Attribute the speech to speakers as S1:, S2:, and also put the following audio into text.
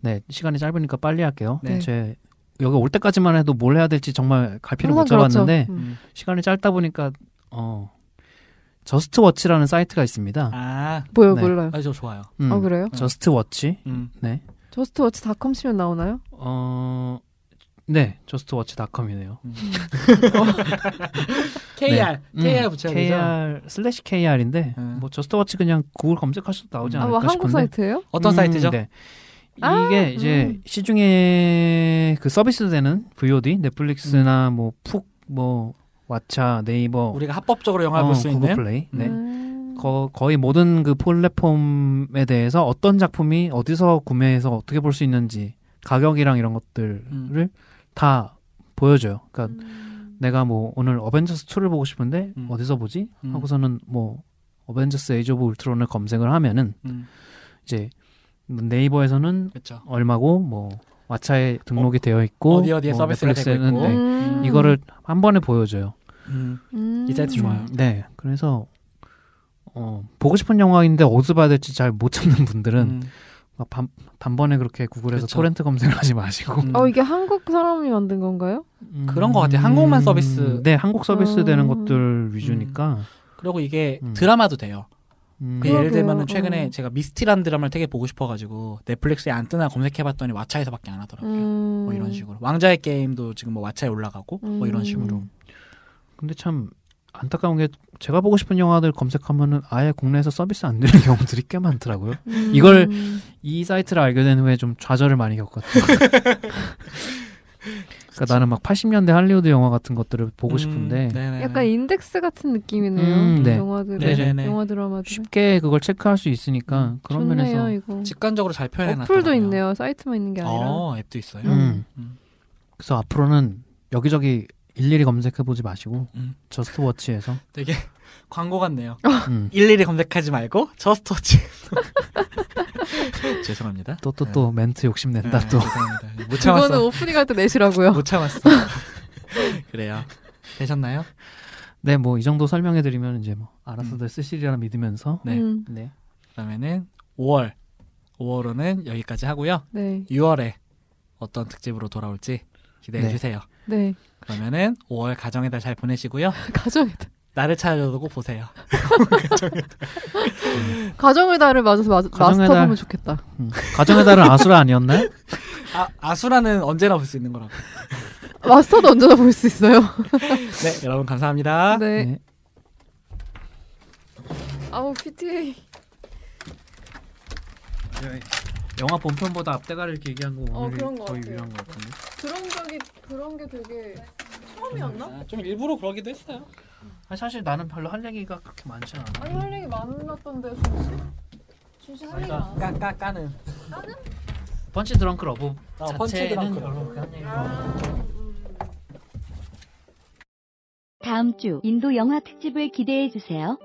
S1: 네 시간이 짧으니까 빨리 할게요.
S2: 네.
S1: 제 여기 올 때까지만 해도 뭘 해야 될지 정말 갈피를 못
S3: 항상 그렇죠.
S1: 잡았는데
S3: 음.
S2: 음.
S1: 시간이 짧다 보니까 어 저스트워치라는 사이트가 있습니다.
S2: 아,
S3: 뭐요
S1: 네.
S3: 몰라요.
S2: 아저 좋아요.
S1: 음,
S3: 아 그래요?
S1: 저스트워치
S2: 음.
S1: 네.
S3: 저스트워치닷컴 치면 나오나요?
S1: 어 네, 저스트워치닷컴이네요.
S2: KR
S1: 음,
S2: KR 붙여야 되죠.
S1: KR 슬래시 KR인데
S2: 음.
S1: 뭐 저스트워치 그냥 구글 검색하셔도 나오지
S2: 음.
S3: 네. 아
S1: 않을까
S3: 뭐
S1: 싶은데.
S3: 한국 사이트예요?
S2: 어떤
S1: 음,
S2: 사이트죠?
S1: 네.
S3: 아,
S1: 이게 이제
S3: 음.
S1: 시중에 그 서비스되는 VOD, 넷플릭스나 뭐 푹, 뭐 왓챠, 네이버,
S2: 음. 우리가 합법적으로 영화 를
S1: 어,
S2: 볼 수
S1: 구글
S2: 있는
S1: 플레이. 네.
S3: 음.
S1: 거, 거의 모든 그 플랫폼에 대해서 어떤 작품이 어디서 구매해서 어떻게 볼 수 있는지 가격이랑 이런 것들을
S2: 음.
S1: 다 보여줘요. 그러니까
S3: 음.
S1: 내가 뭐 오늘 어벤져스 2를 보고 싶은데
S2: 음.
S1: 어디서 보지?
S2: 음.
S1: 하고서는 뭐 어벤져스 에이즈 오브 울트론을 검색을 하면은
S2: 음,
S1: 이제 뭐 네이버에서는
S2: 그렇죠.
S1: 얼마고 뭐 왓챠에 등록이 되어 있고
S2: 어디 어디에
S1: 뭐
S2: 서비스가 되고
S1: 넷플릭스는
S2: 있고.
S1: 네,
S3: 음.
S1: 이거를 한 번에 보여줘요.
S2: 음.
S3: 음.
S2: 이 사이트 좋아요.
S1: 네, 그래서 어, 보고 싶은 영화인데 어디서 봐야 될지 잘 못 찾는 분들은
S2: 음. 그렇죠.
S1: 막 반, 단번에 그렇게 구글에서
S2: 그쵸.
S1: 토렌트 검색을 하지 마시고
S2: 음.
S3: 어 이게 한국 사람이 만든 건가요?
S2: 그런 것 같아요. 한국만 서비스.
S1: 네, 한국 서비스 되는
S3: 음.
S1: 것들 위주니까.
S2: 그리고 이게
S1: 음.
S2: 드라마도 돼요.
S1: 음.
S2: 그 예를
S3: 그러게요.
S2: 들면 최근에
S3: 음.
S2: 제가 미스티라는 드라마를 되게 보고 싶어가지고 넷플릭스에 안 뜨나 검색해봤더니 왓챠에서밖에 안
S1: 아,
S2: 하더라고요.
S3: 음.
S2: 뭐 이런 식으로 왕자의 게임도 지금 뭐 왓챠에 올라가고 뭐 이런 식으로.
S1: 음. 근데 참 안타까운 게 제가 보고 싶은 영화들 검색하면은 아예 국내에서 서비스 안 되는 경우들이 꽤 많더라고요.
S3: 음.
S1: 이걸- 이 사이트를 알게 된 후에 좀 좌절을 많이 겪었어요. 그러니까 나는 막 80년대 할리우드 영화 같은 것들을 보고 싶은데
S2: 음, 네네네.
S3: 약간 인덱스 같은 느낌이네요.
S1: 음, 네.
S3: 영화들,
S2: 네네네.
S3: 영화 드라마들.
S1: 쉽게 그걸 체크할 수 있으니까 그런
S3: 음, 좋네요,
S1: 면에서
S3: 이거.
S2: 직관적으로 잘 표현해놨다.
S3: 어플도 있네요. 사이트만 있는 게 아니라.
S2: 어, 앱도 있어요.
S1: 음.
S2: 음.
S1: 그래서 앞으로는 여기저기 일일이 검색해 보지 마시고
S2: 음.
S1: 저스트워치에서
S2: 되게 광고 같네요.
S1: 음.
S2: 일일이 검색하지 말고 저스트워치. 죄송합니다.
S1: 또 또 또 멘트 욕심 낸다
S2: 네,
S1: 또.
S2: 죄송합니다. 못
S3: 그거는
S2: 참았어.
S3: 오프닝 할 때 내시라고요.
S2: 못 참았어. 그래요. 되셨나요?
S1: 네, 뭐 이 정도 설명해 드리면 이제 뭐 알아서들 쓰시리라 믿으면서
S2: 네.
S3: 음,
S1: 네.
S2: 그다음에는 5월 5월호는 여기까지 하고요.
S3: 네.
S2: 6월에 어떤 특집으로 돌아올지 기대해
S1: 네.
S2: 주세요.
S3: 네.
S2: 그러면은 5월 가정의 달 잘 보내시고요.
S3: 가정이다.
S2: 나를 찾아줘도 꼭 보세요.
S3: 가정의 달을 맞아서 마,
S1: 가정의
S3: 마스터
S1: 달.
S3: 보면 좋겠다.
S1: 음. 가정의 달은 아수라 아니었나요?
S2: 아, 아수라는 언제나 볼 수 있는 거라고.
S3: 마스터도 언제나 볼 수 있어요.
S2: 네, 여러분 감사합니다.
S3: 네.
S1: 네.
S3: 아우 PTA.
S1: 영화 본편보다 앞대가를 길게 한 거
S3: 어,
S1: 오늘이
S3: 그런 거
S1: 거의
S3: 같아요.
S1: 유일한 것 같은데.
S3: 그런 적이 그런 게 되게 처음이었나?
S2: 아, 좀 일부러 그러기도 했어요.
S1: 아니, 사실 나는 별로 할 얘기가 그렇게 많지 않아.
S3: 아니 할 얘기 많았던데 준씨? 준씨 할 얘기 많아.
S2: 까, 까, 까는.
S1: 펀치 드렁크 러브
S2: 아, 펀치
S1: 자체는
S2: 드렁크. 아.
S1: 별로 그렇게 할 얘기가
S4: 다음 주 인도 영화 특집을 기대해 주세요.